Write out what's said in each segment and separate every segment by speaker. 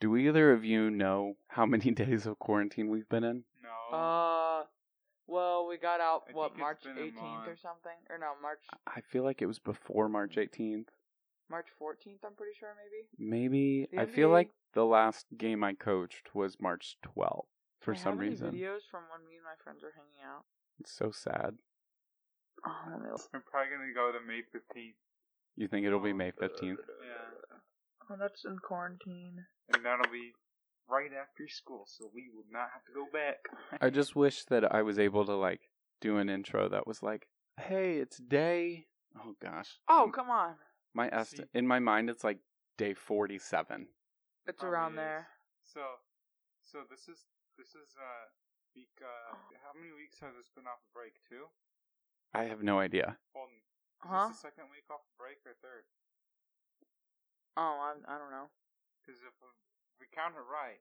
Speaker 1: Do either of you know how many days of quarantine we've been in?
Speaker 2: No.
Speaker 3: Uh, well, we got out
Speaker 2: Oh. I
Speaker 3: what
Speaker 2: think it's
Speaker 3: March
Speaker 2: been a
Speaker 3: 18th or
Speaker 2: month. Uh,
Speaker 3: something, or no March
Speaker 1: I feel like it was before March 18th.
Speaker 3: March 14th. I'm pretty sure maybe.
Speaker 1: Maybe.
Speaker 3: The
Speaker 1: I feel
Speaker 3: NBA
Speaker 1: like the last game I coached was March 12th for
Speaker 3: I have
Speaker 1: some
Speaker 3: any
Speaker 1: reason.
Speaker 3: Videos from when me and my friends were hanging out.
Speaker 1: It's so sad.
Speaker 3: Oh, let me look.
Speaker 2: I'm probably gonna go to May 15th,
Speaker 1: You think it'll be May 15th?
Speaker 2: Yeah.
Speaker 3: Oh, that's in quarantine.
Speaker 2: and that'll be right after school, so we will not have to go back.
Speaker 1: I just wish that I was able to like do an intro that was like, "Hey, it's day." Oh gosh.
Speaker 3: Oh,
Speaker 1: M-
Speaker 3: come on.
Speaker 1: my est-
Speaker 2: see.
Speaker 1: in my mind it's like day 47.
Speaker 3: It's
Speaker 2: Probably
Speaker 3: around
Speaker 2: is.
Speaker 3: there.
Speaker 2: So, so this is this is uh week. Uh, how many weeks has this been off the break? Two.
Speaker 1: I have no idea.
Speaker 2: Hold on. Is
Speaker 3: Huh?
Speaker 2: this the second week off the break or third?
Speaker 3: Oh, I, I don't know.
Speaker 2: Because if we count it right,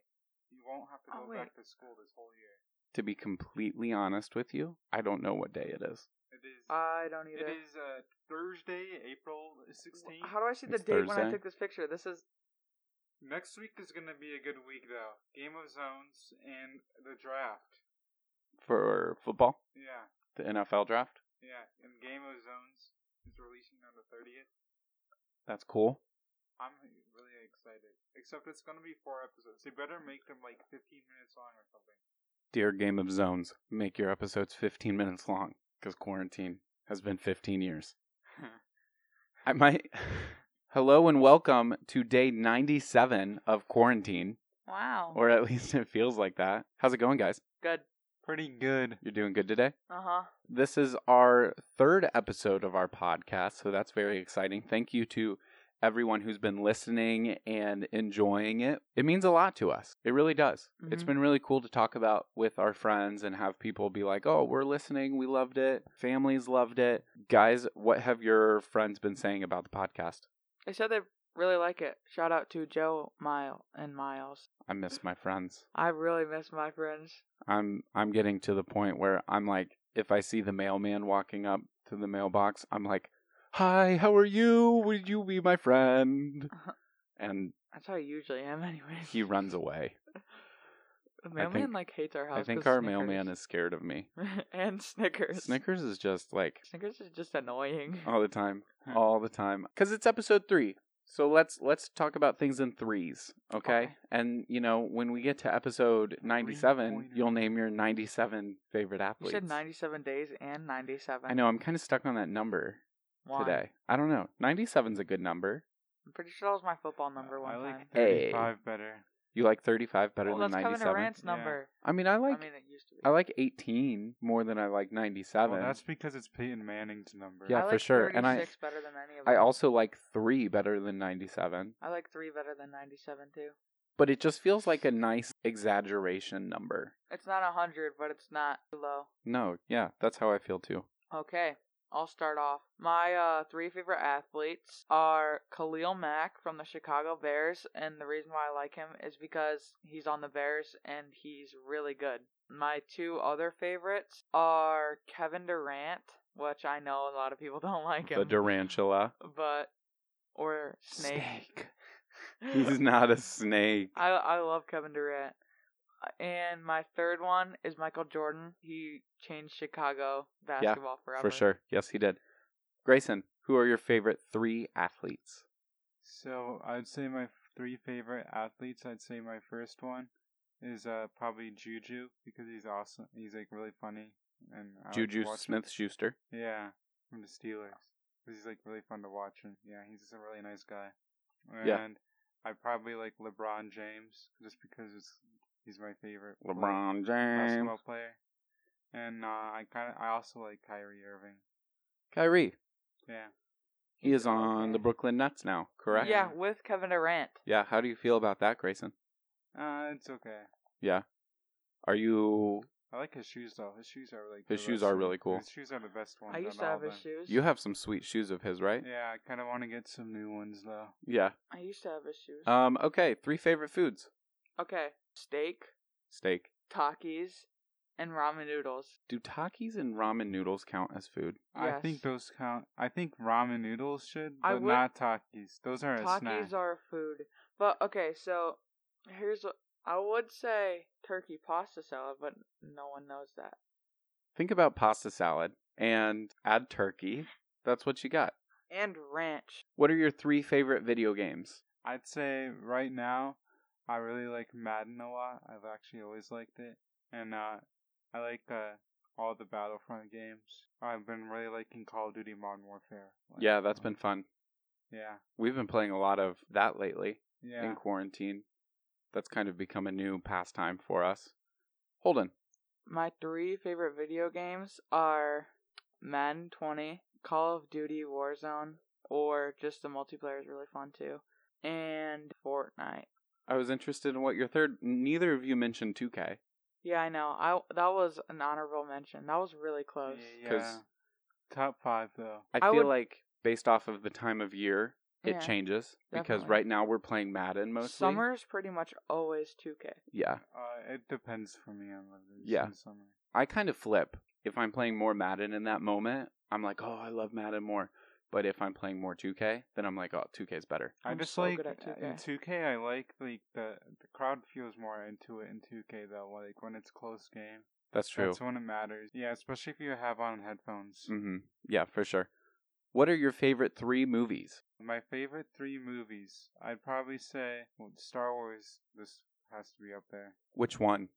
Speaker 2: you won't have to
Speaker 3: Oh,
Speaker 2: go back
Speaker 3: wait.
Speaker 2: to school this whole year.
Speaker 1: To be completely honest with you, I don't know what day it is.
Speaker 2: It is.
Speaker 3: I don't
Speaker 2: it
Speaker 3: either.
Speaker 2: is uh, Thursday, April 16th.
Speaker 3: How do I see the
Speaker 1: It's
Speaker 3: date when I
Speaker 1: Thursday.
Speaker 3: took this picture? This is
Speaker 2: Next week is gonna be a good week though. Game of Zones and the draft.
Speaker 1: For football,
Speaker 2: Yeah,
Speaker 1: the NFL draft.
Speaker 2: yeah. And Game of Zones is releasing on the thirtieth.
Speaker 1: That's cool.
Speaker 2: I'm really excited. Except it's gonna be four episodes. They better make them like fifteen minutes long or something.
Speaker 1: Dear Game of Zones, make your episodes 15 minutes long cuz quarantine has been 15 years. I might Hello and welcome to day 97 of quarantine.
Speaker 3: wow.
Speaker 1: or at least it feels like that. How's it going, guys?
Speaker 3: Good.
Speaker 2: Pretty good.
Speaker 1: You're doing good today?
Speaker 3: Uh huh.
Speaker 1: This is our third episode of our podcast, so that's very exciting. Thank you to everyone who's been listening and enjoying it. It means a lot to us. It really does. It's
Speaker 3: Mhm.
Speaker 1: been really cool to talk about with our friends and have people be like, "Oh, we're listening. We loved it. Families loved it." Guys, what have your friends been saying about the podcast?
Speaker 3: They said they really like it. Shout out to Joe, Mile, and Miles.
Speaker 1: I miss my friends.
Speaker 3: I really miss my friends.
Speaker 1: I'm I'm getting to the point where I'm like, if I see the mailman walking up to the mailbox, I'm like, "Hi, how are you? Would you be my friend?"
Speaker 3: Uh-huh.
Speaker 1: And
Speaker 3: That's how I usually am, anyways.
Speaker 1: he runs away.
Speaker 3: The mailman
Speaker 1: think-
Speaker 3: like hates our house.
Speaker 1: I think
Speaker 3: 'cause
Speaker 1: our
Speaker 3: Snickers.
Speaker 1: mailman is scared of me.
Speaker 3: and Snickers.
Speaker 1: Snickers is just like
Speaker 3: Snickers is just annoying.
Speaker 1: all the time, all the time, because it's episode three. So let's let's talk about things in threes, okay?
Speaker 3: Okay.
Speaker 1: And you know when we get to episode ninety-seven,
Speaker 2: Three-pointer.
Speaker 1: you'll name your ninety-seven favorite
Speaker 3: oh. You
Speaker 1: athletes.
Speaker 3: said 97 days and 97.
Speaker 1: I know I'm kind of stuck on that number.
Speaker 3: Why?
Speaker 1: today. I don't know. 97's a good number.
Speaker 3: I'm pretty sure that was my football number one
Speaker 2: I like
Speaker 3: time.
Speaker 1: Hey.
Speaker 2: 35 better.
Speaker 1: You like 35 better
Speaker 3: well,
Speaker 1: than
Speaker 3: that's Kevin
Speaker 1: 97?
Speaker 3: Durant's
Speaker 2: Yeah.
Speaker 3: number.
Speaker 1: I mean, I like I,
Speaker 3: I mean, it used to be.
Speaker 1: like 18 more than I like 97.
Speaker 2: Well, that's because it's Peyton Manning's number.
Speaker 1: yeah,
Speaker 3: I
Speaker 1: for
Speaker 3: like
Speaker 1: sure. And I-
Speaker 3: 36 better than any of
Speaker 1: I
Speaker 3: them.
Speaker 1: also like 3 better than 97,
Speaker 3: I like three better than 97 too.
Speaker 1: but it just feels like a nice exaggeration number.
Speaker 3: It's not 100, but it's not too low.
Speaker 1: No, yeah, that's how I feel too.
Speaker 3: Okay, I'll start off. My uh, three favorite athletes are Khalil Mack from the Chicago Bears, and the reason why I like him is because he's on the Bears and he's really good. My two other favorites are Kevin Durant, which I know a lot of people don't like him,
Speaker 1: The Durantula.
Speaker 3: but or Snake.
Speaker 1: He's not a snake.
Speaker 3: I I love Kevin Durant. And my third one is Michael Jordan. He changed Chicago basketball forever.
Speaker 1: For sure. Yes, he did. Grayson, who are your favorite 3 athletes?
Speaker 2: So I'd say my three favorite athletes. I'd say my first one is uh probably Juju because he's awesome. He's like really funny and I like to
Speaker 1: Juju
Speaker 2: watch him.
Speaker 1: Smith-Schuster.
Speaker 2: Yeah, from the Steelers. 'Cause he's like really fun to watch and yeah, he's just a really nice guy. And
Speaker 1: Yeah.
Speaker 2: I probably like LeBron James just because it's he's my favorite player-
Speaker 1: LeBron James.
Speaker 2: basketball player. And uh, I kind of I also like Kyrie Irving.
Speaker 1: Kyrie.
Speaker 2: Yeah.
Speaker 1: He is on the
Speaker 3: Okay.
Speaker 1: Brooklyn Nets now, correct?
Speaker 3: Yeah, with Kevin Durant.
Speaker 1: Yeah. How do you feel about that, Grayson?
Speaker 2: Uh, it's okay.
Speaker 1: Are you?
Speaker 2: I like his shoes though. His shoes are like
Speaker 1: His
Speaker 2: the
Speaker 1: shoes
Speaker 2: best
Speaker 1: are
Speaker 2: one-
Speaker 1: really cool.
Speaker 2: His shoes are the best ones.
Speaker 3: I used
Speaker 2: out
Speaker 3: to
Speaker 2: of
Speaker 3: have
Speaker 2: all the-
Speaker 3: his shoes.
Speaker 1: You have some sweet shoes of his, right?
Speaker 2: Yeah, I kind of want to get some new ones though.
Speaker 1: Yeah.
Speaker 3: I used to have his shoes.
Speaker 1: Um. Okay. Three favorite foods:
Speaker 3: okay, steak,
Speaker 1: steak.
Speaker 3: Takis, and ramen noodles.
Speaker 1: Do Takis and ramen noodles count as food?
Speaker 2: I think
Speaker 3: Yes.
Speaker 2: those count. I think ramen noodles should,
Speaker 3: I
Speaker 2: but
Speaker 3: would-
Speaker 2: not Takis. Those are a
Speaker 3: Takis
Speaker 2: snack.
Speaker 3: are food. But okay, so Here's what I would say: turkey pasta salad, but no one knows that.
Speaker 1: Think about pasta salad and add turkey. That's what you got.
Speaker 3: And ranch.
Speaker 1: What are your three favorite video games?
Speaker 2: I'd say right now, I really like Madden a lot. I've actually always liked it, and uh, I like uh, all the Battlefront games. I've been really liking Call of Duty Modern Warfare. Like,
Speaker 1: Yeah, that's
Speaker 2: uh,
Speaker 1: been fun.
Speaker 2: Yeah,
Speaker 1: We've been playing a lot of that lately
Speaker 2: yeah.
Speaker 1: in quarantine. That's kind of become a new pastime for us. Holden,
Speaker 3: My three favorite video games are Madden 20, Call of Duty Warzone, or just the multiplayer is really fun too, and Fortnite.
Speaker 1: I was interested in what your third. Neither of you mentioned 2K.
Speaker 3: Yeah, I know. I that was an honorable mention. That was really
Speaker 2: Yeah,
Speaker 3: close.
Speaker 2: yeah.
Speaker 1: 'Cause-
Speaker 2: Top five though.
Speaker 1: I,
Speaker 3: I
Speaker 1: feel
Speaker 3: would-
Speaker 1: like based off of the time of year, it
Speaker 3: Yeah,
Speaker 1: changes because
Speaker 3: definitely.
Speaker 1: right now we're playing Madden mostly.
Speaker 3: Summer's pretty much always 2K.
Speaker 1: Yeah,
Speaker 2: Uh, it depends for me on what it is
Speaker 1: Yeah.
Speaker 2: in summer.
Speaker 1: I kind of flip. If I'm playing more Madden in that moment, I'm like, oh, I love Madden more. But if I'm playing more 2K, then I'm like, oh, 2K's better.
Speaker 2: I
Speaker 3: I'm
Speaker 2: just
Speaker 3: so
Speaker 2: like
Speaker 3: good at 2K.
Speaker 2: in 2K. I like like the the crowd feels more into it in 2K though. Like when it's close game,
Speaker 1: That's true.
Speaker 2: that's when it matters. Yeah, especially if you have on headphones.
Speaker 1: hmm Yeah, for sure. What are your favorite three movies?
Speaker 2: My favorite three movies, I'd probably say well, Star Wars. This has to be up there.
Speaker 1: Which one?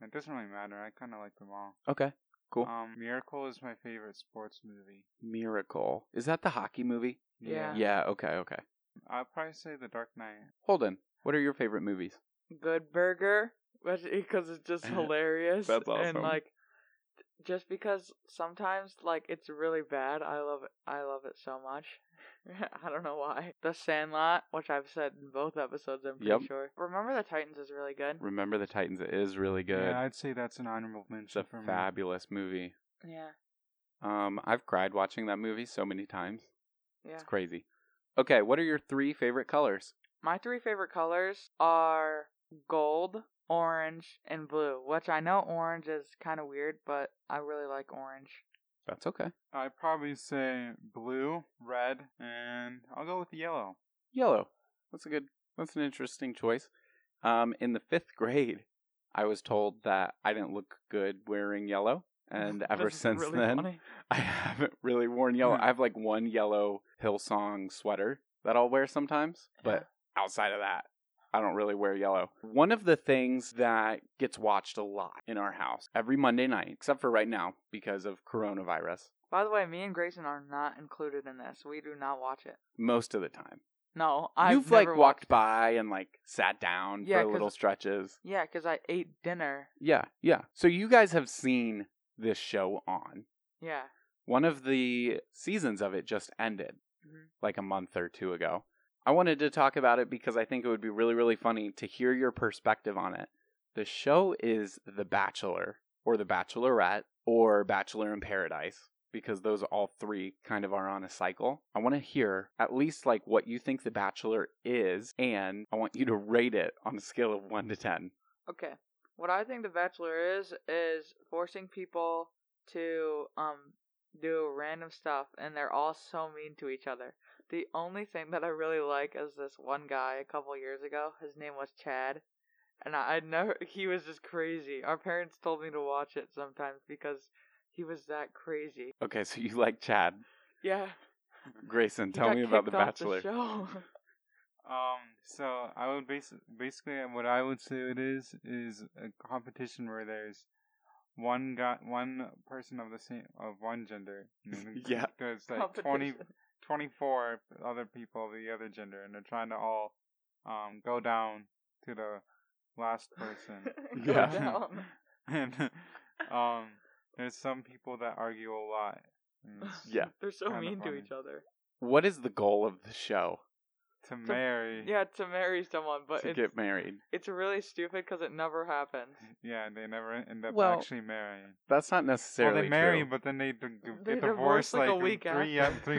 Speaker 2: It doesn't really matter. I kind of like them all.
Speaker 1: Okay, cool.
Speaker 2: Um, Miracle is my favorite sports movie.
Speaker 1: Miracle. Is that the hockey movie?
Speaker 3: Yeah.
Speaker 1: Yeah, okay, okay.
Speaker 2: I'd probably say The Dark Knight.
Speaker 1: Holden, what are your favorite movies?
Speaker 3: Good Burger, because it's just hilarious.
Speaker 1: That's awesome.
Speaker 3: And like, just because sometimes like it's really bad, I love it. I love it so much. I don't know why. The Sandlot, which I've said in both episodes, I'm pretty
Speaker 1: Yep.
Speaker 3: sure. Remember the Titans is really good.
Speaker 1: Remember the Titans it is really good.
Speaker 2: Yeah, I'd say that's an honorable
Speaker 1: it's
Speaker 2: mention
Speaker 1: a
Speaker 2: for me.
Speaker 1: fabulous movie.
Speaker 3: Yeah,
Speaker 1: Um, I've cried watching that movie so many times.
Speaker 3: yeah.
Speaker 1: It's crazy. Okay, what are your three favorite colors?
Speaker 3: My three favorite colors are gold, orange, and blue. Which I know orange is kind of weird, but I really like orange.
Speaker 1: That's okay.
Speaker 2: I'd probably say blue, red, and I'll go with yellow.
Speaker 1: Yellow. That's a good. That's an interesting choice. Um, in the fifth grade, I was told that I didn't look good wearing yellow, and ever
Speaker 3: This is
Speaker 1: since
Speaker 3: really
Speaker 1: then,
Speaker 3: funny.
Speaker 1: I haven't really worn yellow.
Speaker 2: Hmm.
Speaker 1: I have like one yellow Hillsong sweater that I'll wear sometimes, but outside of that, I don't really wear yellow. One of the things that gets watched a lot in our house every Monday night, except for right now because of coronavirus,
Speaker 3: By the way, me and Grayson are not included in this. We do not watch it.
Speaker 1: most of the time.
Speaker 3: No, I
Speaker 1: You've like walked by and like sat down
Speaker 3: Yeah,
Speaker 1: for
Speaker 3: 'cause-
Speaker 1: little stretches.
Speaker 3: Yeah, because I ate dinner.
Speaker 1: Yeah, yeah. So you guys have seen this show on.
Speaker 3: Yeah,
Speaker 1: One of the seasons of it just ended
Speaker 3: Mhm.
Speaker 1: like a month or two ago. I wanted to talk about it because I think it would be really, really funny to hear your perspective on it. The show is The Bachelor or The Bachelorette or Bachelor in Paradise because those all three kind of are on a cycle. I want to hear at least like what you think The Bachelor is and I want you to rate it on a scale of 1 to 10.
Speaker 3: Okay. What I think The Bachelor is is forcing people to um do random stuff and they're all so mean to each other. The only thing that I really like is this one guy a couple years ago. His name was Chad. And I, I never he was just crazy. Our parents told me to watch it sometimes because he was that crazy.
Speaker 1: Okay, so you like Chad.
Speaker 3: Yeah.
Speaker 1: Grayson,
Speaker 3: he
Speaker 1: tell
Speaker 3: got
Speaker 1: me about The
Speaker 3: kicked off
Speaker 1: Bachelor.
Speaker 3: show.
Speaker 2: Um, so I would basically, basically what I would say it is is a competition where there's one guy, one person of the same of one gender. and then
Speaker 1: Yeah.
Speaker 2: There's like 20, 24 other people of the other gender, and they're trying to all um go down to the last person.
Speaker 3: Competition. Go
Speaker 1: Yeah.
Speaker 3: down.
Speaker 2: and um, there's some people that argue a lot. and it's
Speaker 1: Yeah.
Speaker 3: They're so
Speaker 2: Kinda
Speaker 3: mean to
Speaker 2: funny.
Speaker 3: each other.
Speaker 1: What is the goal of the show?
Speaker 2: To marry.
Speaker 3: Yeah, to marry someone, but
Speaker 1: to
Speaker 3: it's,
Speaker 1: get married.
Speaker 3: it's really stupid because it never happens.
Speaker 2: Yeah, they never end up
Speaker 1: Well,
Speaker 2: actually marrying.
Speaker 1: That's not
Speaker 2: Well,
Speaker 1: necessarily
Speaker 2: they marry,
Speaker 1: true.
Speaker 2: but then they, d- g-
Speaker 3: They
Speaker 2: get
Speaker 3: divorce,
Speaker 2: divorced
Speaker 3: like,
Speaker 2: like,
Speaker 3: a
Speaker 2: in
Speaker 3: week
Speaker 2: three
Speaker 3: after.
Speaker 2: uh, three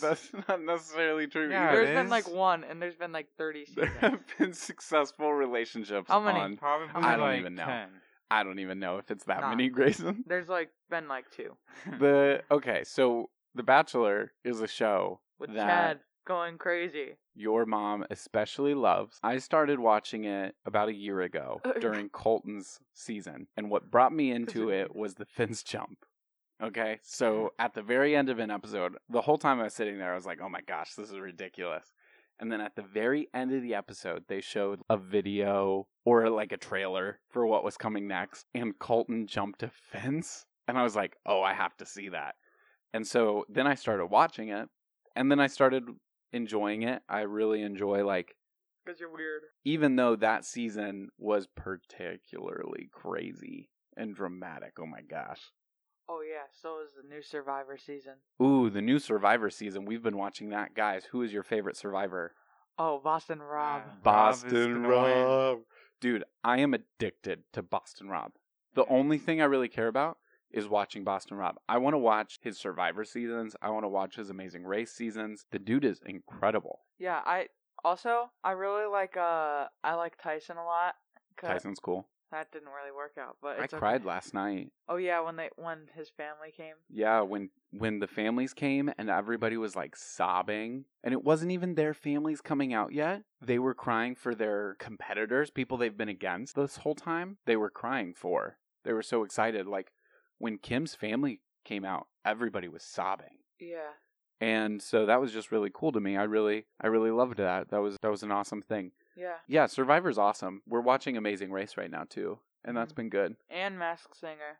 Speaker 1: That's not necessarily true.
Speaker 2: Yeah,
Speaker 1: either.
Speaker 3: There's
Speaker 2: it
Speaker 3: been like
Speaker 2: is.
Speaker 3: one, and there's been like 30
Speaker 1: There
Speaker 3: seasons.
Speaker 1: have been successful relationships
Speaker 3: How many?
Speaker 1: on.
Speaker 2: Probably
Speaker 3: I don't
Speaker 2: like
Speaker 1: even know.
Speaker 2: ten.
Speaker 1: I don't even know if it's that
Speaker 3: Nah.
Speaker 1: many, Grayson.
Speaker 3: there's like been like two
Speaker 2: Hmm.
Speaker 1: The okay, so The Bachelor is a show
Speaker 3: with
Speaker 1: that
Speaker 3: Chad going crazy.
Speaker 1: your mom especially loves. I started watching it about a year ago during Colton's season, and what brought me into it was the fence jump. Okay, so at the very end of an episode, the whole time I was sitting there, I was like, oh my gosh, this is ridiculous. And then at the very end of the episode, they showed a video or like a trailer for what was coming next, and Colton jumped a fence. And I was like, oh, I have to see that. And so then I started watching it, and then I started enjoying it. I really enjoy, like,
Speaker 3: Because you're weird.
Speaker 1: even though that season was particularly crazy and dramatic. Oh my gosh.
Speaker 3: Oh yeah, so is the new Survivor season.
Speaker 1: Ooh, the new Survivor season. We've been watching that. Guys, who is your favorite Survivor?
Speaker 3: Oh, Boston Rob.
Speaker 2: Yeah. Rob is
Speaker 1: Boston
Speaker 2: gonna win.
Speaker 1: Rob. Dude, I am addicted to Boston Rob. The only thing I really care about is watching Boston Rob. I want to watch his Survivor seasons. I want to watch his Amazing Race seasons. The dude is incredible.
Speaker 3: Yeah, I also I really like uh I like Tyson a lot. 'cause
Speaker 1: Tyson's cool.
Speaker 3: That didn't really work out, but
Speaker 1: I
Speaker 3: it's okay.
Speaker 1: cried last night.
Speaker 3: Oh yeah, when they when his family came.
Speaker 1: Yeah, when when the families came and everybody was like sobbing, and it wasn't even their families coming out yet. They were crying for their competitors, people they've been against this whole time. They were crying for. They were so excited. Like when Kim's family came out, everybody was sobbing.
Speaker 3: Yeah.
Speaker 1: And so that was just really cool to me. I really I really loved that. That was that was an awesome thing.
Speaker 3: Yeah.
Speaker 1: Yeah, Survivor's awesome. We're watching Amazing Race right now too, and that's
Speaker 3: Mhm.
Speaker 1: been good.
Speaker 3: And Masked Singer.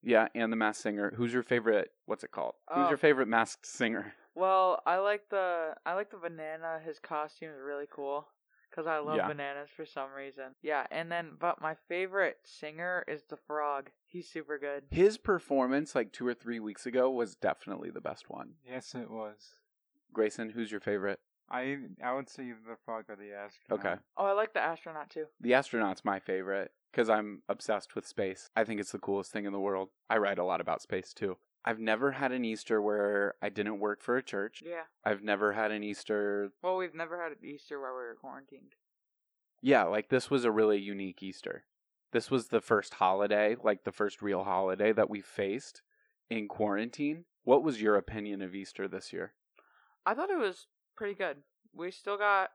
Speaker 1: Yeah, and the Masked Singer. Who's your favorite? What's it called? Who's
Speaker 3: Oh.
Speaker 1: your favorite Masked Singer?
Speaker 3: Well, I like the I like the banana. His costume is really cool because I love
Speaker 1: Yeah.
Speaker 3: bananas for some reason. Yeah, and then but my favorite singer is the frog. He's super good.
Speaker 1: His performance, like two or three weeks ago, was definitely the best one.
Speaker 2: Yes, it was.
Speaker 1: Grayson, who's your favorite?
Speaker 2: I I would say either the frog or the astronaut.
Speaker 1: Okay.
Speaker 3: Oh, I like the astronaut too.
Speaker 1: The astronaut's my favorite because I'm obsessed with space. I think it's the coolest thing in the world. I write a lot about space too. I've never had an Easter where I didn't work for a church.
Speaker 3: Yeah.
Speaker 1: I've never had an Easter.
Speaker 3: Well, we've never had an Easter where we were quarantined.
Speaker 1: Yeah, like this was a really unique Easter. This was the first holiday, like the first real holiday that we faced in quarantine. What was your opinion of Easter this year?
Speaker 3: I thought it was pretty good. We still got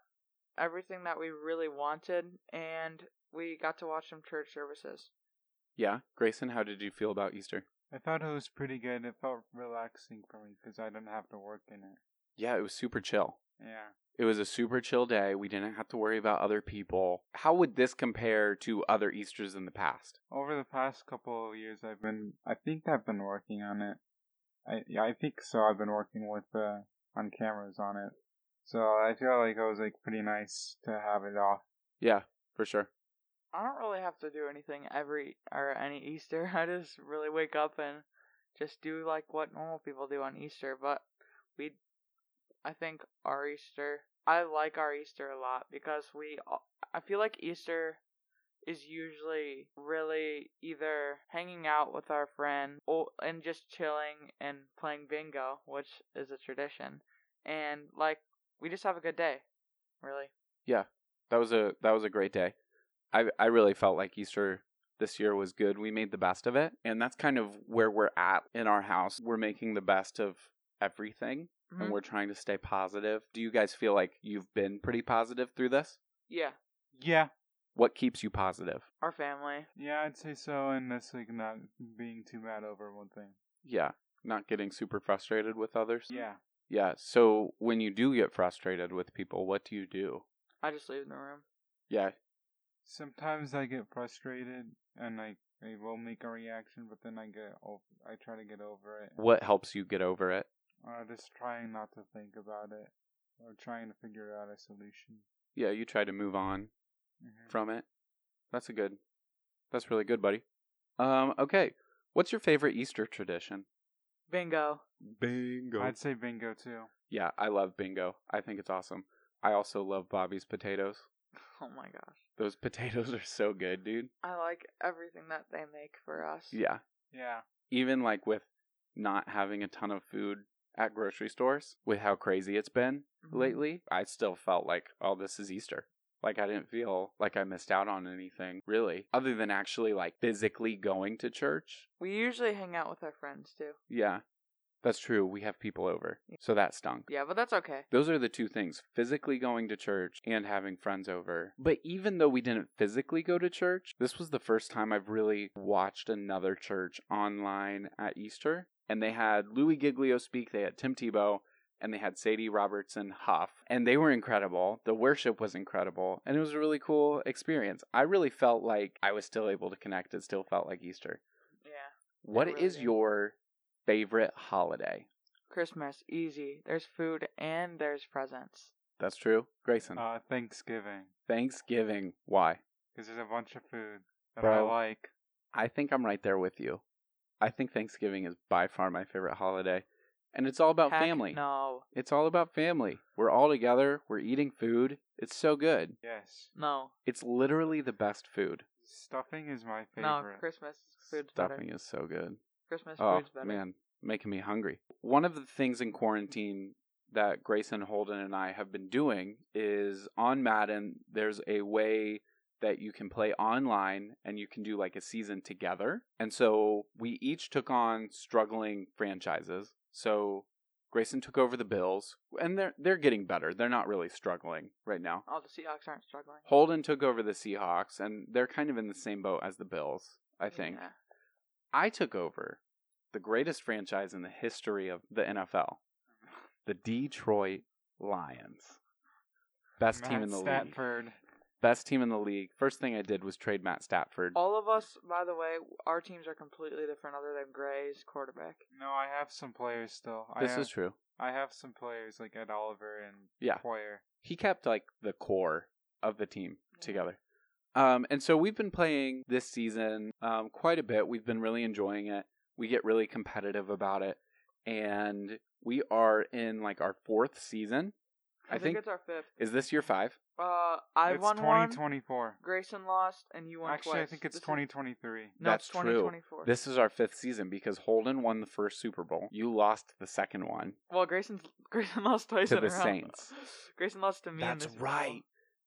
Speaker 3: everything that we really wanted, and we got to watch some church services.
Speaker 1: Yeah. Grayson, how did you feel about Easter?
Speaker 2: I thought it was pretty good. It felt relaxing for me because I didn't have to work in it.
Speaker 1: Yeah, it was super chill.
Speaker 2: Yeah.
Speaker 1: It was a super chill day. We didn't have to worry about other people. How would this compare to other Easters in the past?
Speaker 2: Over the past couple of years, I've been. I think I've been working on it. I yeah, I think so. I've been working with uh on cameras on it. So I feel like it was like pretty nice to have it off.
Speaker 1: Yeah, for sure.
Speaker 3: I don't really have to do anything every or any Easter. I just really wake up and just do like what normal people do on Easter. But we, I think our Easter, I like our Easter a lot because we, all- I feel like Easter is usually really either hanging out with our friend or and just chilling and playing bingo, which is a tradition, and like we just have a good day, really.
Speaker 1: That was a that was a great day. I I really felt like Easter this year was good. We made the best of it, and that's kind of where we're at in our house. We're making the best of everything
Speaker 3: Mhm.
Speaker 1: and we're trying to stay positive. Do you guys feel like you've been pretty positive through this?
Speaker 3: yeah,
Speaker 2: Yeah.
Speaker 1: What keeps you positive?
Speaker 3: our family.
Speaker 2: Yeah, I'd say so. And this like not being too mad over one thing.
Speaker 1: Yeah, not getting super frustrated with others.
Speaker 2: Yeah.
Speaker 1: Yeah. So when you do get frustrated with people, what do you do?
Speaker 3: I just leave the room.
Speaker 1: Yeah.
Speaker 2: Sometimes I get frustrated and like I will make a reaction, but then I get over. I try to get over it.
Speaker 1: What helps you get over it?
Speaker 2: Or just trying not to think about it, or trying to figure out a solution.
Speaker 1: Yeah, you try to move on
Speaker 2: Mhm.
Speaker 1: from it. That's a good. That's really good, buddy. Um. Okay. What's your favorite Easter tradition?
Speaker 3: Bingo.
Speaker 1: Bingo.
Speaker 2: I'd say bingo too.
Speaker 1: yeah, I love bingo. I think it's awesome. I also love Bobby's potatoes.
Speaker 3: Oh my gosh.
Speaker 1: Those potatoes are so good, dude.
Speaker 3: I like everything that they make for us.
Speaker 1: Yeah.
Speaker 2: Yeah.
Speaker 1: Even like with not having a ton of food at grocery stores, with how crazy it's been,
Speaker 3: Mhm.
Speaker 1: lately, I still felt like, oh, this is Easter. Like I didn't feel like I missed out on anything really, other than actually like physically going to church.
Speaker 3: We usually hang out with our friends too.
Speaker 1: Yeah. That's true. We have people over. So that stunk.
Speaker 3: Yeah, but that's okay.
Speaker 1: Those are the two things physically going to church and having friends over. But even though we didn't physically go to church, this was the first time I've really watched another church online at Easter. And they had Louis Giglio speak, they had Tim Tebow, and they had Sadie Robertson Huff. And they were incredible. The worship was incredible. And it was a really cool experience. I really felt like I was still able to connect. It still felt like Easter.
Speaker 3: Yeah.
Speaker 1: What is
Speaker 3: really did.
Speaker 1: your favorite holiday?
Speaker 3: Christmas, easy. There's food and there's presents.
Speaker 1: That's true. Grayson.
Speaker 2: Uh, Thanksgiving.
Speaker 1: Thanksgiving. Why?
Speaker 2: Because there's a bunch of food that
Speaker 1: Bro.
Speaker 2: I like.
Speaker 1: I think I'm right there with you. I think Thanksgiving is by far my favorite holiday. And it's all about
Speaker 3: Heck
Speaker 1: Oh, family.
Speaker 3: No,
Speaker 1: It's all about family. We're all together, we're eating food. It's so good.
Speaker 2: Yes.
Speaker 3: no,
Speaker 1: It's literally the best food.
Speaker 2: Stuffing is my
Speaker 3: no.
Speaker 2: favorite.
Speaker 3: Christmas food's
Speaker 1: Stuffing
Speaker 3: better.
Speaker 1: is so good.
Speaker 3: Christmas
Speaker 1: Oh
Speaker 3: food's better.
Speaker 1: man, making me hungry. One of the things in quarantine that Grayson Holden and I have been doing is on Madden. There's a way that you can play online and you can do like a season together. And so we each took on struggling franchises. So Grayson took over the Bills, and they're they're getting better. They're not really struggling right now.
Speaker 3: Oh, the Seahawks aren't struggling.
Speaker 1: Holden took over the Seahawks, and they're kind of in the same boat as the Bills, I think.
Speaker 3: Yeah.
Speaker 1: I took over the greatest franchise in the history of the NFL, the Detroit Lions. Best team
Speaker 2: Matt
Speaker 1: in the league.
Speaker 2: Stafford.
Speaker 1: Best team in the league. First thing I did was trade Matt Stafford.
Speaker 2: Oh,
Speaker 3: All of us, by the way, our teams are completely different other than Gray's quarterback.
Speaker 2: No, I have some players still. I
Speaker 1: this
Speaker 2: have,
Speaker 1: is true.
Speaker 2: I have some players like Ed Oliver and
Speaker 1: Yeah.
Speaker 2: Poyer.
Speaker 1: He kept like the core of the team together. Um, and so we've been playing this season um, quite a bit. We've been really enjoying it. We get really competitive about it. And we are in like our fourth season.
Speaker 3: I,
Speaker 1: I
Speaker 3: think,
Speaker 1: think-
Speaker 3: it's our fifth.
Speaker 1: Is this year five?
Speaker 3: Uh, I
Speaker 2: it's
Speaker 3: won one.
Speaker 2: 2024.
Speaker 3: Grayson lost, and you won
Speaker 2: Actually, I
Speaker 3: twice.
Speaker 2: think it's
Speaker 3: This is-
Speaker 2: 2023.
Speaker 3: No,
Speaker 1: That's
Speaker 3: it's
Speaker 1: true.
Speaker 3: 2024.
Speaker 1: This is our fifth season because Holden won the first Super Bowl. You lost the second one.
Speaker 3: Well, Grayson's Grayson lost twice
Speaker 1: To
Speaker 3: in a
Speaker 1: the
Speaker 3: row.
Speaker 1: Saints.
Speaker 3: Grayson lost to me. in
Speaker 1: That's
Speaker 3: this
Speaker 1: right.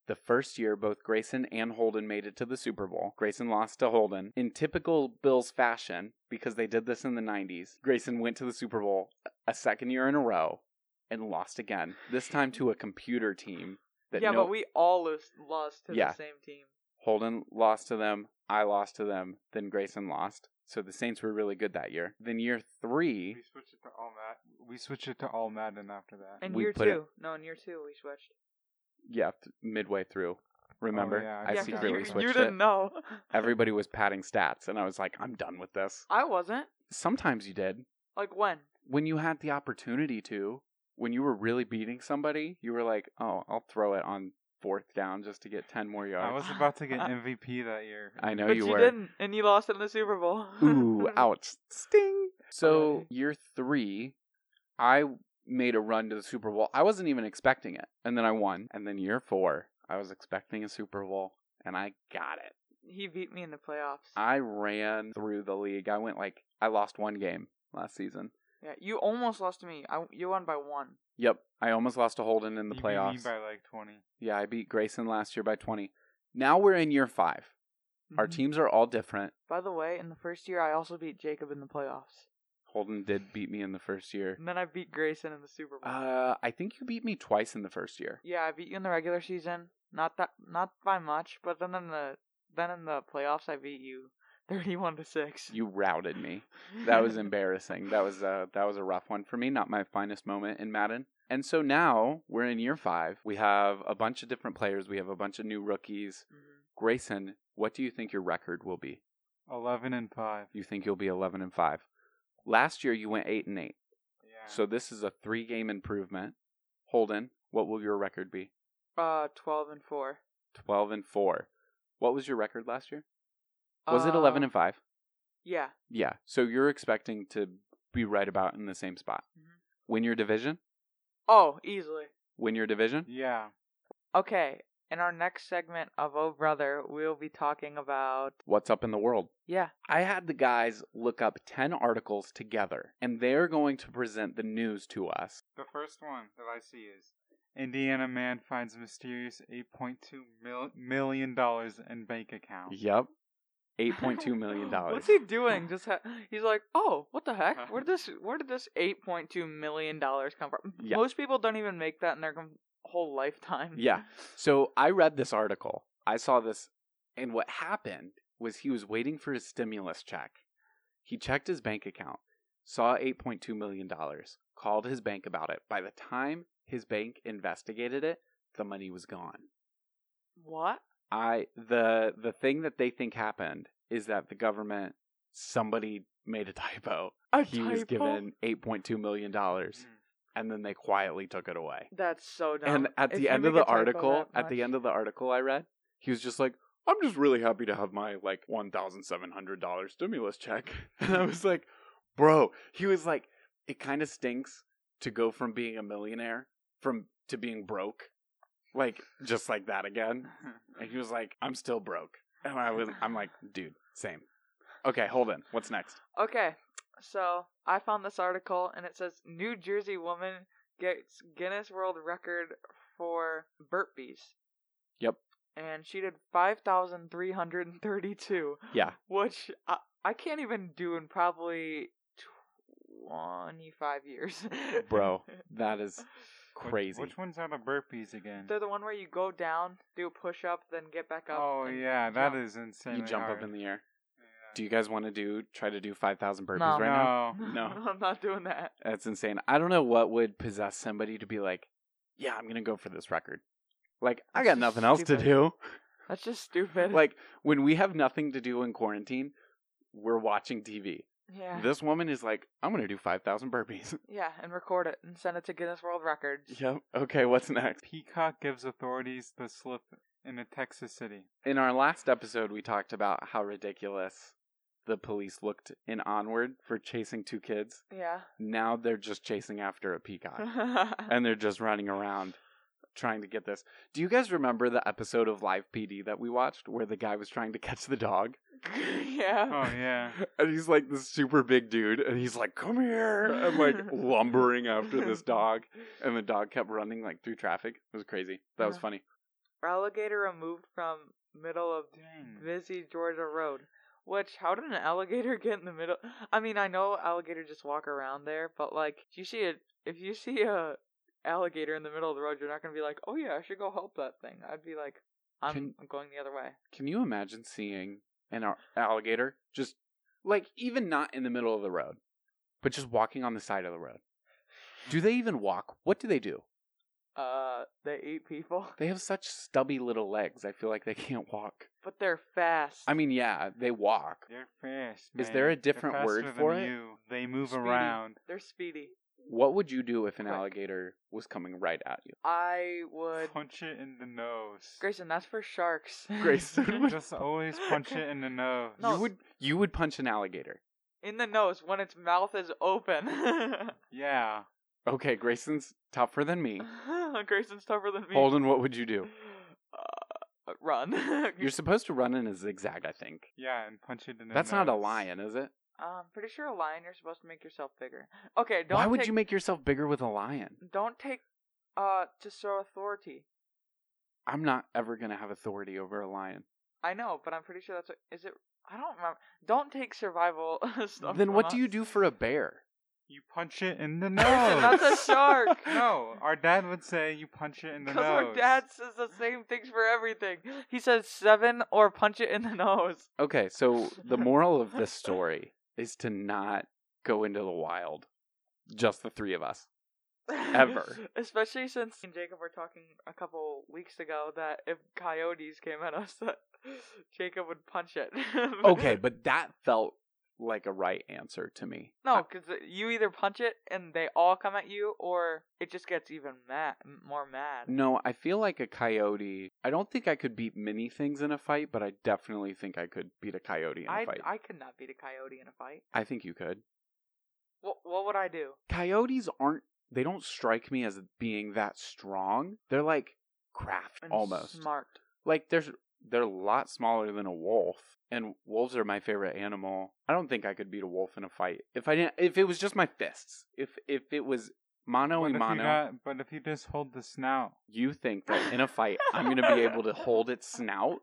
Speaker 1: The first year, both Grayson and Holden made it to the Super Bowl. Grayson lost to Holden in typical Bills fashion because they did this in the 90s. Grayson went to the Super Bowl a second year in a row and lost again, this time to a computer team that
Speaker 3: yeah,
Speaker 1: no-
Speaker 3: but we all lose, lost to
Speaker 1: Yeah.
Speaker 3: the same team.
Speaker 1: Holden lost to them. I lost to them. Then Grayson lost. So the Saints were really good that year. Then year three,
Speaker 2: We switched it to all Mad. We switched it to all Madden after that.
Speaker 3: In
Speaker 1: We
Speaker 3: year two,
Speaker 1: put it-
Speaker 3: no, in year two we switched.
Speaker 1: yeah, th- midway through. Remember,
Speaker 2: yeah,
Speaker 1: I
Speaker 2: I
Speaker 3: Oh, yeah, 'cause
Speaker 2: see.
Speaker 1: secretly
Speaker 3: you,
Speaker 1: switched
Speaker 3: you
Speaker 1: it.
Speaker 3: didn't know.
Speaker 1: Everybody was padding stats, and I was like, I'm done with this.
Speaker 3: I wasn't.
Speaker 1: Sometimes you did.
Speaker 3: Like when?
Speaker 1: When you had the opportunity to, when you were really beating somebody, you were like, oh, I'll throw it on fourth down just to get 10 more yards.
Speaker 2: I was about to get MVP that year.
Speaker 1: I know
Speaker 3: but
Speaker 1: you
Speaker 3: you,
Speaker 1: were.
Speaker 3: didn't, and you lost in the Super Bowl.
Speaker 1: Ooh, ouch. Sting. So,
Speaker 2: Okay.
Speaker 1: year three, I made a run to the Super Bowl. I wasn't even expecting it. And then I won. And then year four, I was expecting a Super Bowl, and I got it.
Speaker 3: He beat me in the playoffs.
Speaker 1: I ran through the league. I went like, I lost one game last season.
Speaker 3: yeah, you almost lost to me. I, you won by one.
Speaker 1: Yep. I almost lost to Holden in
Speaker 2: You
Speaker 1: the
Speaker 2: beat me
Speaker 1: playoffs.
Speaker 2: by like 20.
Speaker 1: yeah, I beat Grayson last year by 20. Now we're in year 5 Our
Speaker 2: Mm-hmm.
Speaker 1: teams are all different.
Speaker 3: Mm-hmm. By the way, in the first year, I also beat Jacob in the playoffs.
Speaker 1: Holden did beat me in the first year.
Speaker 3: And then I beat Grayson in the Super Bowl.
Speaker 1: Uh, I think you beat me twice in the first year.
Speaker 3: yeah, I beat you in the regular season. Not that, not by much, but then in the then in the playoffs, I beat you thirty-one to six.
Speaker 1: You routed me. That was embarrassing. That was uh that was a rough one for me. Not my finest moment in Madden. And so now we're in year 5. We have a bunch of different players. We have a bunch of new rookies.
Speaker 3: Mhm.
Speaker 1: Grayson, what do you think your record will be?
Speaker 2: 11 and 5.
Speaker 1: You think you'll be 11 and 5. Last year you went 8 and 8.
Speaker 2: Yeah.
Speaker 1: So this is a three game improvement. Holden, what will your record be?
Speaker 3: Uh, twelve and four.
Speaker 1: 12 and 4. What was your record last year? Was it 11
Speaker 3: Uh,
Speaker 1: and 5?
Speaker 3: Yeah.
Speaker 1: Yeah. So you're expecting to be right about in the same spot.
Speaker 3: Mhm.
Speaker 1: Win your division?
Speaker 3: Oh, easily.
Speaker 1: Win your division?
Speaker 2: yeah.
Speaker 3: Okay. In our next segment of Oh Brother, we'll be talking about
Speaker 1: What's up in the world?
Speaker 3: yeah.
Speaker 1: I had the guys look up 10 articles together, and they're going to present the news to us.
Speaker 2: The first one that I see is Indiana man finds mysterious 8.2 mil- million dollars in bank account.
Speaker 1: Yep. eight point two million dollars.
Speaker 3: What's he doing? Just ha- he's like, oh, what the heck? Where did this? Where did this eight point two million dollars come from?
Speaker 1: Yeah.
Speaker 3: Most people don't even make that in their com- whole lifetime.
Speaker 1: Yeah. So I read this article. I saw this, and what happened was he was waiting for his stimulus check. He checked his bank account, saw $8.2 million, called his bank about it. By the time his bank investigated it, the money was gone.
Speaker 3: What?
Speaker 1: I the the thing that they think happened is that the government somebody made a typo.
Speaker 3: A
Speaker 1: He was
Speaker 3: typo?
Speaker 1: given eight point two million
Speaker 2: Hmm.
Speaker 1: dollars, and then they quietly took it away.
Speaker 3: That's so dumb.
Speaker 1: And at
Speaker 3: If
Speaker 1: the
Speaker 3: you
Speaker 1: end of
Speaker 3: make
Speaker 1: the
Speaker 3: a typo
Speaker 1: article,
Speaker 3: that
Speaker 1: at the
Speaker 3: much-
Speaker 1: end of the article I read, he was just like, "I'm just really happy to have my like one thousand seven hundred dollar stimulus check," and I was like, "Bro," he was like, "It kind of stinks to go from being a millionaire from to being broke, like just like that again." And he was like, "I'm still broke," and I was, I'm like, "Dude, same." Okay, hold on. What's next?
Speaker 3: Okay, so I found this article and it says New Jersey woman gets Guinness World Record for burpees.
Speaker 1: Yep.
Speaker 3: And she did five thousand three hundred and thirty-two.
Speaker 1: Yeah,
Speaker 3: which I, I can't even do in probably 25 years.
Speaker 1: bro, that is
Speaker 2: Which-
Speaker 1: crazy.
Speaker 2: Which, one's out of burpees again?
Speaker 3: They're the one where you go down, do a push up, then get back up.
Speaker 2: oh
Speaker 3: and
Speaker 2: yeah, that
Speaker 3: jump.
Speaker 2: is insane.
Speaker 1: you jump up in the air. Do you guys want to do try to do five thousand burpees
Speaker 3: No.
Speaker 1: right now?
Speaker 2: no.
Speaker 1: No.
Speaker 3: I'm not doing that.
Speaker 1: That's insane. I don't know what would possess somebody to be like, yeah, I'm gonna go for this record. Like I
Speaker 3: That's
Speaker 1: got
Speaker 3: just
Speaker 1: nothing else to
Speaker 3: stupid.
Speaker 1: do.
Speaker 3: That's just stupid.
Speaker 1: like when we have nothing to do in quarantine, we're watching TV.
Speaker 3: yeah.
Speaker 1: This woman is like, I'm gonna do five thousand burpees.
Speaker 3: yeah, and record it and send it to Guinness World Records.
Speaker 1: yep. Okay. What's next?
Speaker 2: Peacock gives authorities the slip in a Texas city.
Speaker 1: In our last episode, we talked about how ridiculous the police looked in Onward for chasing two kids.
Speaker 3: Yeah.
Speaker 1: Now they're just chasing after a peacock. and they're just running around trying to get this. Do you guys remember the episode of Live PD that we watched where the guy was trying to catch the dog?
Speaker 3: yeah.
Speaker 2: Oh yeah.
Speaker 1: And he's like this super big dude and he's like, "Come here." And like lumbering after this dog and the dog kept running like through traffic. It was crazy. That was
Speaker 3: Yeah.
Speaker 1: funny.
Speaker 3: Alligator removed from middle of
Speaker 2: Dang.
Speaker 3: busy Georgia Road. Which how did an alligator get in the middle? I mean, I know alligators just walk around there, but like, if you see a if you see a alligator in the middle of the road, you're not gonna be like, oh yeah, I should go help that thing. I'd be like, I'm,
Speaker 1: Can-
Speaker 3: I'm going the other way.
Speaker 1: Can you imagine seeing an al- alligator just like even not in the middle of the road, but just walking on the side of the road? Do they even walk? What do they do?
Speaker 3: Uh, they eat people,
Speaker 1: They have such stubby little legs. I feel like they can't walk.
Speaker 3: but they're fast.
Speaker 1: I mean, yeah, they walk.
Speaker 2: They're fast.
Speaker 1: Is
Speaker 2: man.
Speaker 1: there a
Speaker 2: They're
Speaker 1: different
Speaker 2: faster
Speaker 1: word
Speaker 2: than
Speaker 1: for it?
Speaker 2: you. They move
Speaker 3: Speedy.
Speaker 2: around.
Speaker 3: they're speedy.
Speaker 1: What would you do if an
Speaker 3: Quick.
Speaker 1: alligator was coming right at you?
Speaker 3: I would,
Speaker 2: Punch it in the nose.
Speaker 3: Grayson. That's for sharks.
Speaker 1: Grayson would-
Speaker 2: Just always punch it in the nose.
Speaker 3: No.
Speaker 1: You would you
Speaker 3: Uh-huh.
Speaker 1: would punch an alligator.
Speaker 3: in the nose when its mouth is open.
Speaker 2: Yeah.
Speaker 1: Okay, Grayson's tougher than me.
Speaker 3: Uh-huh. Grayson's tougher than me.
Speaker 1: Holden, what would you do?
Speaker 3: Mm-hmm. Uh, run.
Speaker 1: You're supposed to run in a zigzag, I think.
Speaker 2: Yeah, and punch it in the
Speaker 1: That's
Speaker 2: nose.
Speaker 1: not a lion, is it?
Speaker 3: I'm pretty sure a lion. You're supposed to make yourself bigger. Okay, don't.
Speaker 1: Why would
Speaker 3: take,
Speaker 1: you make yourself bigger with a lion?
Speaker 3: Don't take. Uh, to show authority.
Speaker 1: I'm not ever gonna have authority over a lion.
Speaker 3: I know, but I'm pretty sure that's. What, is it? I don't remember. Don't take survival stuff.
Speaker 1: then
Speaker 3: from
Speaker 1: what do you
Speaker 3: us.
Speaker 1: do for a bear?
Speaker 2: You punch it in the nose.
Speaker 3: Listen, that's a shark.
Speaker 2: No, our dad would say you punch it in the
Speaker 3: Because
Speaker 2: nose.
Speaker 3: our dad says the same things for everything. He says seven or punch it in the nose.
Speaker 1: Okay, so the moral of this story is to not go into the wild. Just the three of us. Ever.
Speaker 3: Especially since me and Jacob were talking a couple weeks ago that if coyotes came at us, that Jacob would punch it.
Speaker 1: Okay, but that felt like a right answer to me. I-
Speaker 3: No, because you either punch it and they all come at you, or it just gets even mad, m- more mad.
Speaker 1: no, I feel like a coyote. I don't think I could beat many things in a fight, but I definitely think I could beat a coyote in a
Speaker 3: I
Speaker 1: fight. I,
Speaker 3: I could not beat a coyote in a fight.
Speaker 1: think you could.
Speaker 3: What what would I do?
Speaker 1: Coyotes aren't they don't strike me as being that strong. They're like craft
Speaker 3: And
Speaker 1: almost.
Speaker 3: smart.
Speaker 1: Like there's they're a lot smaller than a wolf and wolves are my favorite animal. I don't think I could beat a wolf in a fight. If I didn't if it was just my fists. If if it was mano
Speaker 2: But
Speaker 1: and
Speaker 2: if, you
Speaker 1: mano.
Speaker 2: got, but if you just hold the snout,
Speaker 1: you think that in a fight I'm going to be able to hold its snout?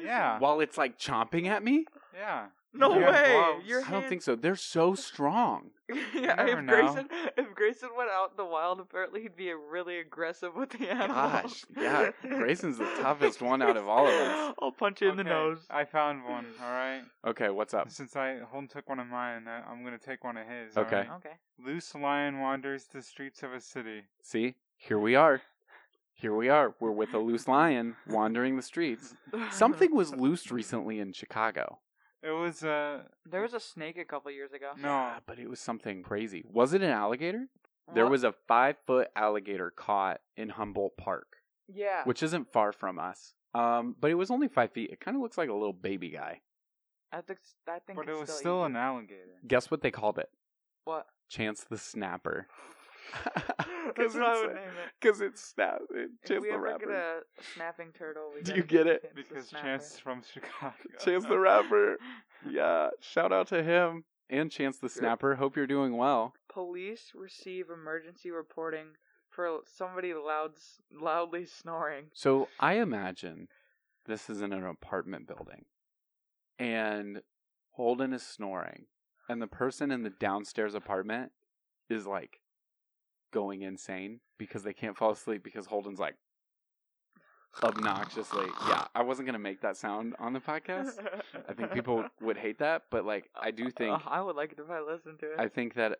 Speaker 2: Yeah.
Speaker 1: while it's like chomping at me?
Speaker 2: Yeah.
Speaker 3: No
Speaker 2: You have
Speaker 3: way.
Speaker 2: gloves.
Speaker 3: Your
Speaker 1: I don't think so. They're so strong.
Speaker 3: yeah,
Speaker 2: never
Speaker 3: if
Speaker 2: know.
Speaker 3: Grayson if Grayson went out in the wild, apparently he'd be really aggressive with the
Speaker 1: Gosh,
Speaker 3: animals.
Speaker 1: yeah, Grayson's the toughest one out of all of us.
Speaker 3: I'll punch you in the
Speaker 2: Okay,
Speaker 3: nose.
Speaker 2: I found one, alright?
Speaker 1: Okay, what's up?
Speaker 2: Since I Holm took one of mine, I, I'm gonna take one of his.
Speaker 1: Okay.
Speaker 2: alright?
Speaker 3: Okay.
Speaker 2: Loose lion wanders the streets of a city.
Speaker 1: See, here we are. Here we are. We're with a loose lion wandering the streets. Something was loosed recently in Chicago.
Speaker 2: It was uh
Speaker 3: There was a snake a couple years ago.
Speaker 2: no.
Speaker 1: Ah, But it was something crazy. Was it an alligator? There
Speaker 3: What-
Speaker 1: was a five foot alligator caught in Humboldt Park,
Speaker 3: Yeah.
Speaker 1: which isn't far from us. Um, but it was only five feet. It kind of looks like a little baby guy.
Speaker 3: I think s- I think.
Speaker 2: But
Speaker 3: it's
Speaker 2: it was
Speaker 3: still,
Speaker 2: still
Speaker 3: you.
Speaker 2: an alligator.
Speaker 1: Guess what they called it?
Speaker 3: what?
Speaker 1: Chance the Snapper.
Speaker 3: That's what I would name it.
Speaker 1: Because it's snap. It,
Speaker 3: If
Speaker 1: Chance
Speaker 3: we
Speaker 1: the
Speaker 3: ever get
Speaker 1: Rapper.
Speaker 3: a snapping turtle, we
Speaker 1: Do
Speaker 3: gotta
Speaker 1: you get it?
Speaker 3: Chance the
Speaker 2: Because
Speaker 3: Snapper.
Speaker 2: Chance is from Chicago.
Speaker 1: Chance the Rapper. Yeah. Shout out to him and Chance the Snapper. Hope you're doing well.
Speaker 3: Police receive emergency reporting for somebody loud s- loudly snoring.
Speaker 1: So I imagine this is in an apartment building and Holden is snoring and the person in the downstairs apartment is like going insane because they can't fall asleep because Holden's like obnoxiously. Yeah, I wasn't going to make that sound on the podcast. I think people would hate that, but like I do think
Speaker 3: Ugh, I would like it if I listened to it.
Speaker 1: I think that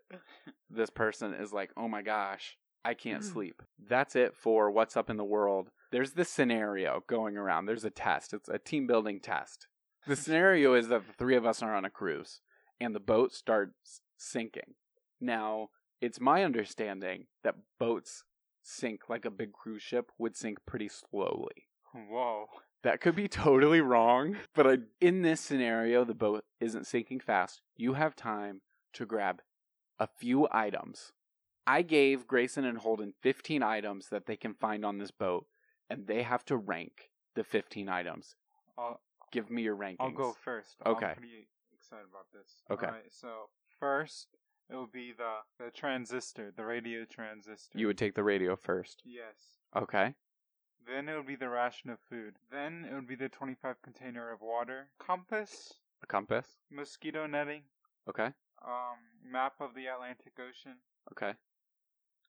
Speaker 1: this person is like, oh my gosh, I can't sleep. That's it for what's up in the world. There's this scenario going around. There's a test. It's a team building test. The scenario is that the three of us are on a cruise and the boat starts sinking. Now, it's my understanding that boats sink like a big cruise ship would sink pretty slowly.
Speaker 2: Whoa.
Speaker 1: That could be totally wrong, but I, in this scenario, the boat isn't sinking fast. You have time to grab a few items. I gave Grayson and Holden 15 items that they can find on this boat, and they have to rank the 15 items.
Speaker 2: I'll,
Speaker 1: Give me your rankings.
Speaker 2: I'll go first.
Speaker 1: Okay.
Speaker 2: I'm pretty excited about this.
Speaker 1: Okay.
Speaker 2: Alright, so first it will be the, the transistor, the radio transistor.
Speaker 1: You would take the radio first.
Speaker 2: Yes.
Speaker 1: Okay.
Speaker 2: Then it would be the ration of food. Then it would be the 25 container of water, compass,
Speaker 1: A compass.
Speaker 2: mosquito netting,
Speaker 1: Okay.
Speaker 2: um, map of the Atlantic Ocean.
Speaker 1: Okay.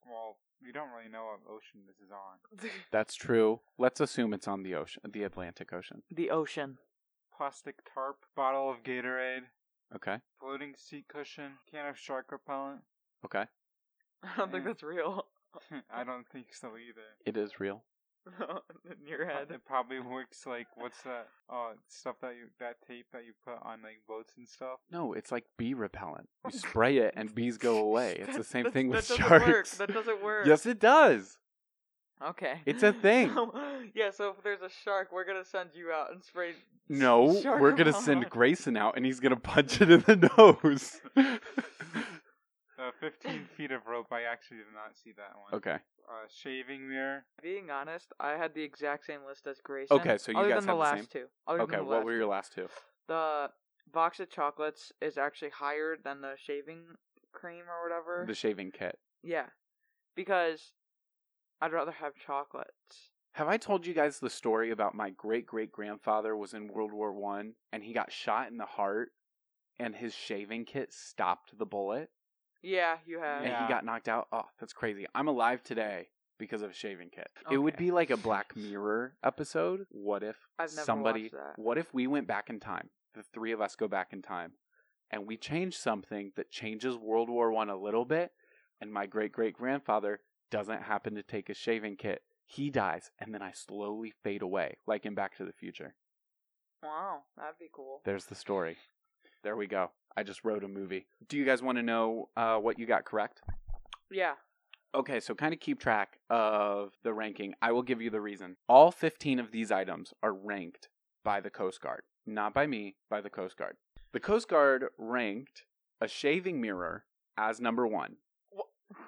Speaker 2: Well, we don't really know what ocean this is on.
Speaker 1: That's true. Let's assume it's on the ocean, the Atlantic Ocean.
Speaker 3: the ocean.
Speaker 2: Plastic tarp, bottle of Gatorade,
Speaker 1: Okay.
Speaker 2: floating seat cushion, can of shark repellent.
Speaker 1: Okay.
Speaker 3: I don't think
Speaker 2: Yeah.
Speaker 3: that's real.
Speaker 2: I don't think so either.
Speaker 1: It is real.
Speaker 3: In your head.
Speaker 2: It probably works like what's that? Uh, stuff that you that tape that you put on like boats and stuff.
Speaker 1: No, it's like bee repellent. You spray it and bees go away. It's
Speaker 3: That-
Speaker 1: the same
Speaker 3: that's-
Speaker 1: thing
Speaker 3: that
Speaker 1: with
Speaker 3: doesn't
Speaker 1: sharks.
Speaker 3: Work. That doesn't work.
Speaker 1: Yes, it does.
Speaker 3: Okay.
Speaker 1: It's a thing.
Speaker 3: So- yeah, so if there's a shark, we're gonna send you out and spray.
Speaker 1: No,
Speaker 3: Shark
Speaker 1: we're gonna
Speaker 3: repellent.
Speaker 1: send Grayson out, and he's gonna punch it in the nose.
Speaker 2: Uh, 15 feet of rope. I actually did not see that one.
Speaker 1: okay.
Speaker 2: Uh, shaving mirror.
Speaker 3: Being honest, I had the exact same list as Grayson.
Speaker 1: Okay, so you
Speaker 3: other
Speaker 1: guys
Speaker 3: than the
Speaker 1: had the
Speaker 3: last
Speaker 1: same-
Speaker 3: two. Other than
Speaker 1: Okay.
Speaker 3: the
Speaker 1: What
Speaker 3: last
Speaker 1: were your last two?
Speaker 3: the box of chocolates is actually higher than the shaving cream or whatever.
Speaker 1: The shaving kit.
Speaker 3: yeah, because I'd rather have chocolates.
Speaker 1: Have I told you guys the story about my great great grandfather was in World War One and he got shot in the heart, and his shaving kit stopped the bullet,
Speaker 3: Yeah, you have.
Speaker 1: and
Speaker 2: Yeah.
Speaker 1: he got knocked out. Oh, that's crazy. I'm alive today because of a shaving kit. It would
Speaker 3: Okay.
Speaker 1: be like a Black Mirror episode. What if
Speaker 3: I've never
Speaker 1: somebody
Speaker 3: watched that.
Speaker 1: what if we went back in time? The three of us go back in time and we change something that changes World War 1 a little bit and my great-great-grandfather doesn't happen to take a shaving kit. He dies and then I slowly fade away like in Back to the Future.
Speaker 3: Wow, that'd be cool.
Speaker 1: There's the story. There we go. I just wrote a movie. Do you guys want to know uh, what you got correct?
Speaker 3: Yeah.
Speaker 1: Okay, so kind of keep track of the ranking. I will give you the reason. All 15 of these items are ranked by the Coast Guard, not by me, by the Coast Guard. The Coast Guard ranked a shaving mirror as number one.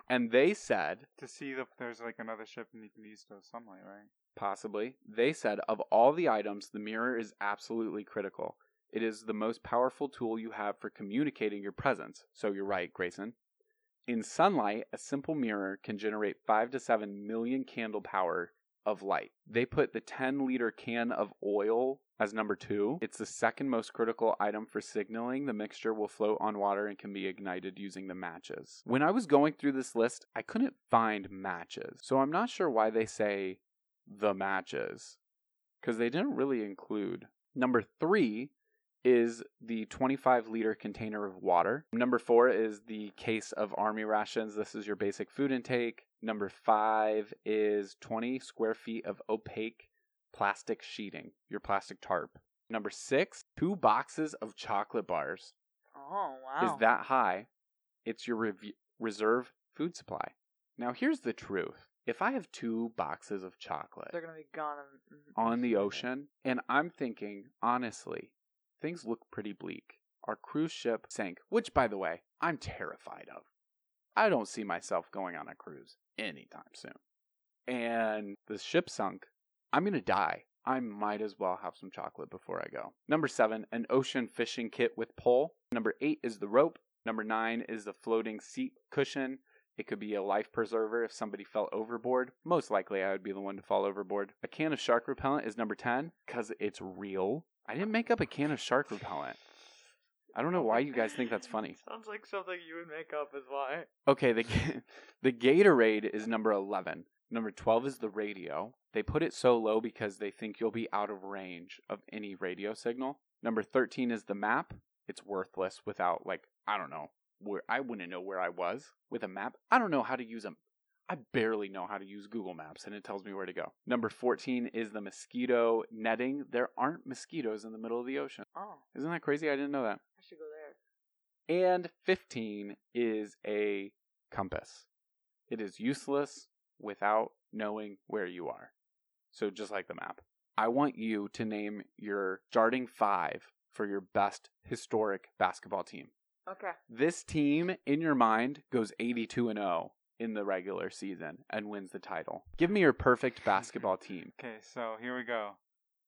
Speaker 1: And they said,
Speaker 2: to see if there's like another ship and you can use those sunlight, right?
Speaker 1: possibly, they said, of all the items, the mirror is absolutely critical. It is the most powerful tool you have for communicating your presence. So you're right, Grayson. In sunlight, a simple mirror can generate 5 to 7 million candle power of light. They put the 10 liter can of oil As number two, it's the second most critical item for signaling. The mixture will float on water and can be ignited using the matches. When I was going through this list, I couldn't find matches. So I'm not sure why they say the matches, because they didn't really include. Number three is the 25 liter container of water. Number four is the case of army rations. This is your basic food intake. Number five is 20 square feet of opaque plastic sheeting, your plastic tarp. Number six, two boxes of chocolate bars.
Speaker 3: Oh wow.
Speaker 1: Is that high? It's your rev- reserve food supply. Now, here's the truth if I have two boxes of chocolate
Speaker 3: They're gonna be gone in- mm-hmm. in-
Speaker 1: on the ocean, and I'm thinking, honestly, things look pretty bleak. Our cruise ship sank, which, by the way, I'm terrified of. I don't see myself going on a cruise anytime soon. And the ship sunk. I'm going to die. I might as well have some chocolate before I go. Number seven, an ocean fishing kit with pole. Number eight is the rope. Number nine is the floating seat cushion. It could be a life preserver if somebody fell overboard. Most likely, I would be the one to fall overboard. A can of shark repellent is number 10 because it's real. I didn't make up a can of shark repellent. I don't know why you guys think that's funny.
Speaker 3: Sounds like something you would make up is why.
Speaker 1: Okay, the Ga- the Gatorade is number 11. Number 12 is the radio. They put it so low because they think you'll be out of range of any radio signal. Number 13 is the map. It's worthless without like I don't know where I wouldn't know where I was with a map. I don't know how to use them. I barely know how to use Google Maps and it tells me where to go. Number 14 is the mosquito netting. There aren't mosquitoes in the middle of the ocean.
Speaker 3: Oh,
Speaker 1: Isn't that crazy? I didn't know that.
Speaker 3: I should go there.
Speaker 1: And 15 is a compass. It is useless without knowing where you are. So, just like the map, I want you to name your starting five for your best historic basketball team.
Speaker 3: Okay.
Speaker 1: This team, in your mind, goes 82 and 0 in the regular season and wins the title. Give me your perfect basketball team
Speaker 2: Okay, so here we go.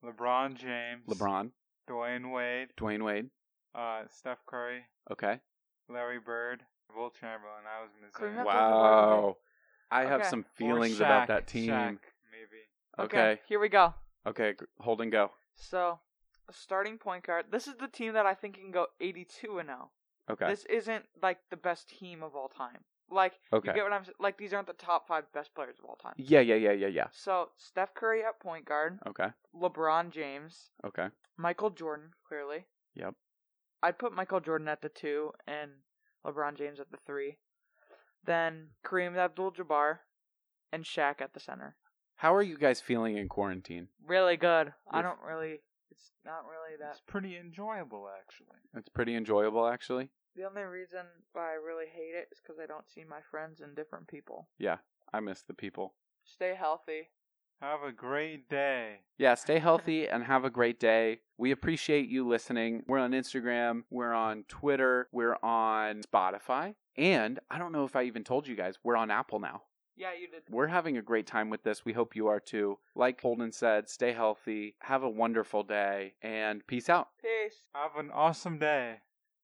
Speaker 2: LeBron James,
Speaker 1: LeBron,
Speaker 2: Dwayne Wade,
Speaker 1: Dwayne Wade.
Speaker 2: uh, Steph Curry,
Speaker 1: Okay.
Speaker 2: Larry Bird, Will Chamberlain. I was gonna
Speaker 3: Kareem
Speaker 2: say.
Speaker 3: That's Abdul-Jabbar.
Speaker 1: Wow. I have
Speaker 3: Okay.
Speaker 1: some
Speaker 2: Or
Speaker 1: feelings
Speaker 2: Shaq,
Speaker 1: about that team.
Speaker 2: Shaq, maybe.
Speaker 1: okay.
Speaker 3: Here we go.
Speaker 1: Okay, gr- hold and go.
Speaker 3: So, a starting point guard. This is the team that I think can go 82 and 0.
Speaker 1: Okay.
Speaker 3: This isn't like the best team of all time. Like
Speaker 1: okay.
Speaker 3: you get what I'm s- like these aren't the top 5 best players of all time.
Speaker 1: yeah, yeah, yeah, yeah, yeah.
Speaker 3: So, Steph Curry at point guard,
Speaker 1: Okay.
Speaker 3: LeBron James,
Speaker 1: Okay.
Speaker 3: Michael Jordan clearly.
Speaker 1: Yep.
Speaker 3: I'd put Michael Jordan at the 2 and LeBron James at the 3. Then Kareem Abdul-Jabbar and Shaq at the center.
Speaker 1: How are you guys feeling in quarantine?
Speaker 3: really good. I
Speaker 1: Oof.
Speaker 3: don't really. It's not really that.
Speaker 2: It's pretty enjoyable, actually.
Speaker 1: It's pretty enjoyable, actually.
Speaker 3: The only reason why I really hate it is because I don't see my friends and different people.
Speaker 1: Yeah, I miss the people.
Speaker 3: Stay healthy.
Speaker 2: Have a great day.
Speaker 1: Yeah, stay healthy and have a great day. We appreciate you listening. We're on Instagram, we're on Twitter, we're on Spotify, and I don't know if I even told you guys, we're on Apple now.
Speaker 3: Yeah, you did.
Speaker 1: We're having a great time with this. We hope you are too. Like Holden said, stay healthy, have a wonderful day, and peace out.
Speaker 3: Peace.
Speaker 2: Have an awesome day.